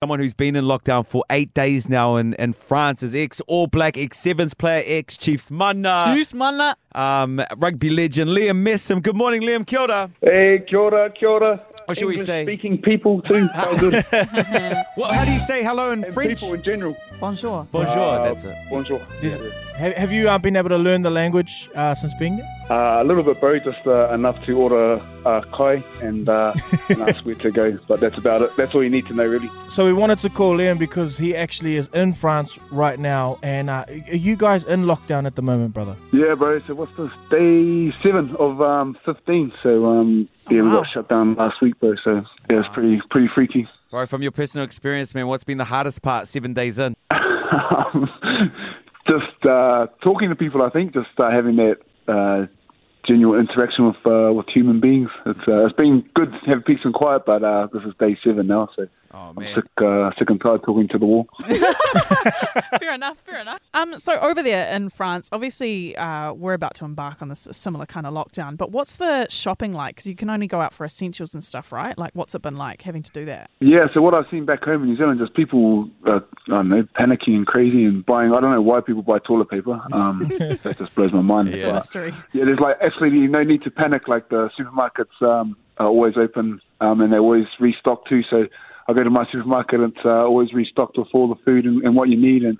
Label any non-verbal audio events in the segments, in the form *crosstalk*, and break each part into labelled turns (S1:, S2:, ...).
S1: Someone who's been in lockdown for eight days now in, in France is ex All Black, ex Sevens player, ex Chiefs Munna,
S2: Juice, man. that-
S1: um, rugby legend Liam Messam. Good morning, Liam Kilda.
S3: Hey, kia ora, kia ora.
S1: What should we
S3: English
S1: say?
S3: Speaking
S1: *laughs*
S3: people too. How good.
S1: What, how do you say hello in French?
S3: people in general.
S2: Bonjour.
S1: Bonjour,
S3: Uh,
S1: that's it.
S3: Bonjour.
S4: Have, have you uh, been able to learn the language uh, since being there?
S3: Uh, a little bit, bro. Just uh, enough to order uh, kai
S1: *laughs*
S3: and, uh, and ask where to go. But that's about it. That's all you need to know, really.
S4: So we wanted to call Liam because he actually is in France right now. And uh, are you guys in lockdown at the moment, brother?
S3: Yeah, bro. So what's this? Day seven of um, fifteen. So um,
S1: Oh,
S3: yeah, we
S2: wow.
S3: got shut down last week, bro. So yeah, it's pretty pretty freaky.
S1: Bro, from your personal experience, man, what's been the hardest part seven days in?
S3: um, *laughs* just uh, talking to people. I think just uh, having that uh, genuine interaction with uh, with human beings. It's uh, it's been good to have peace and quiet, but uh, this is day seven now, so
S1: Oh,
S3: I'm
S1: man.
S3: sick uh, sick and tired talking to the wall.
S2: Fair enough. Fair enough. Um, so over there in France, obviously, uh, we're about to embark on this similar kind of lockdown. But what's the shopping like? Because you can only go out for essentials and stuff, right? Like, what's it been like having to do that?
S3: Yeah, so what I've seen back home in New Zealand is people, uh, I don't know, panicking and crazy and buying. I don't know why people buy toilet paper.
S1: *laughs*
S3: Um, that just blows my mind.
S1: Yeah.
S2: It's a
S3: But-
S2: mystery.
S3: Yeah, there's like absolutely no need to panic. Like the supermarkets um, are always open um, and they always restock too. So I go to my supermarket and it's uh, always restocked with all the food and, and what you need. And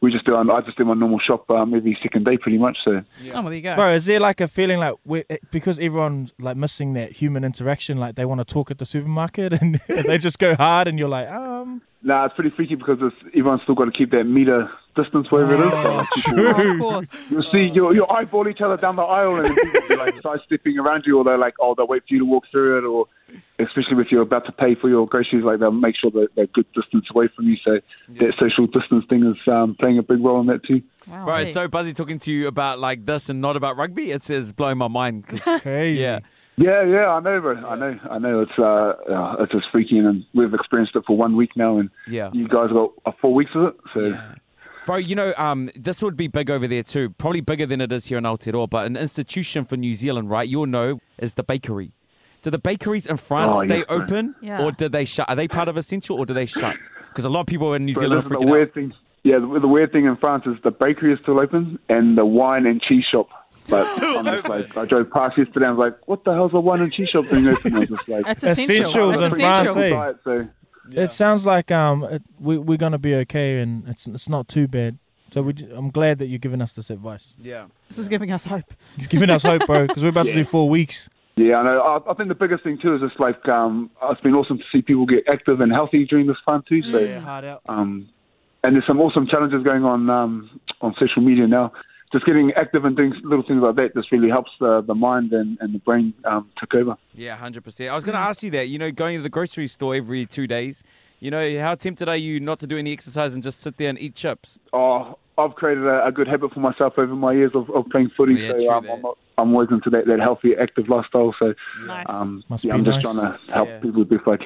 S3: we just do. I just do my normal shop um, every second day, pretty much. So
S2: Oh, well, there you go.
S4: Bro, is there like a feeling like we eh, because everyone's like missing that human interaction, like they want to talk at the supermarket *laughs* and they just go hard and you're like, um,
S3: nah, it's pretty freaky because it's, everyone's still got to keep that meter distance wherever it is. So, *laughs* like, people-
S2: Oh, of *laughs* course.
S3: You'll see, you'll, you'll eyeball each other down the aisle and people will be like sidestepping around you, or they're like, oh, they'll wait for you to walk through it, or especially if you're about to pay for your groceries, like they'll make sure that they're good distance away from you. So that social distance thing is um, playing a big role in that too.
S2: Wow,
S1: Bro,
S2: hey.
S1: it's so busy talking to you about like this and not about rugby. It's, it's blowing my mind. *laughs* 'cause-
S4: crazy.
S1: yeah.
S3: Yeah, yeah, I know, bro. I know, I know. It's uh, uh, it's just freaky, and we've experienced it for one week now, and
S1: Yeah.
S3: you guys got uh, four weeks of it. So
S1: Bro, you know, um, this would be big over there too. Probably bigger than it is here in Aotearoa, but an institution for New Zealand, right? You'll know is the bakery. Do the bakeries in France
S3: Oh,
S1: stay
S3: yes, bro.
S1: open,
S2: Yeah.
S1: or do they shut? Are they part of essential, or do they shut? Because a lot of people in New
S3: Bro,
S1: Zealand
S3: this
S1: are
S3: is the
S1: freaking
S3: weird thing. Yeah, the, the weird thing in France is the bakery is still open and the wine and cheese shop. But I'm just like, I drove past yesterday. I was like, "What the hell's a wine and cheese shop doing open?" I was just like,
S2: It's essential.
S4: Essentials
S2: It's
S4: in France,
S2: essential.
S4: eh?
S3: "Simple diet, so
S4: It sounds like um, it, we, we're gonna be okay and it's it's not too bad. So we, j- I'm glad that you're giving us this advice.
S1: out. Yeah.
S2: This is giving us hope.
S4: You're giving us hope, bro, because we're about to do four weeks.
S3: yeah, I know. I, I think the biggest thing too is just like um, it's been awesome to see people get active and healthy during this time too. So
S4: hard out.
S3: um, and there's some awesome challenges going on um, on social media now. Just getting active and doing little things like that just really helps the, the mind and, and the brain um, take over.
S1: Yeah, hundred percent. I was going to ask you that. You know, going to the grocery store every two days. You know, how tempted are you not to do any exercise and just sit there and eat chips? *laughs*
S3: oh, I've created a, a good habit for myself over my years of, of playing footy.
S1: Yeah, true
S3: so um,
S1: that.
S3: I'm, not, I'm always into that, that healthy, active lifestyle. So
S2: Nice.
S3: um,
S4: Must
S3: yeah,
S4: be
S3: I'm just
S4: nice.
S3: trying to help
S1: Yeah.
S3: people the best I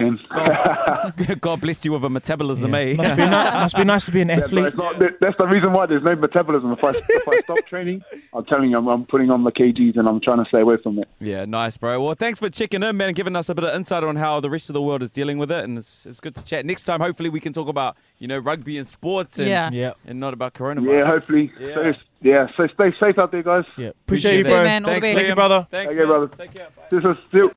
S3: can.
S1: God bless you with a metabolism, eh?
S4: *laughs* Must, be ni- must be nice to be an
S3: Yeah, but
S4: athlete.
S3: it's not, that, that's the reason why there's no metabolism. If I, if I
S1: *laughs*
S3: stop training, I'm telling you, I'm, I'm putting on the kgs and I'm trying to stay away from it.
S1: Yeah, nice, bro. Well, thanks for checking in, man, and giving us a bit of insight on how the rest of the world is dealing with it. And it's, it's good to chat. Next time, hopefully, we can talk about, you know, rugby and sports and,
S2: Yeah.
S4: Yeah.
S1: and not about coronavirus.
S3: Yeah, hopefully.
S1: Yeah.
S3: So, yeah, so stay safe out there, guys.
S4: Yeah. Appreciate,
S1: Appreciate
S4: you,
S1: it.
S4: bro.
S2: See you, man. All the
S1: Thanks,
S2: best.
S4: Thank you, brother.
S1: Thanks,
S3: Okay,
S1: man.
S3: brother.
S1: Take care. Bye.
S3: This is still.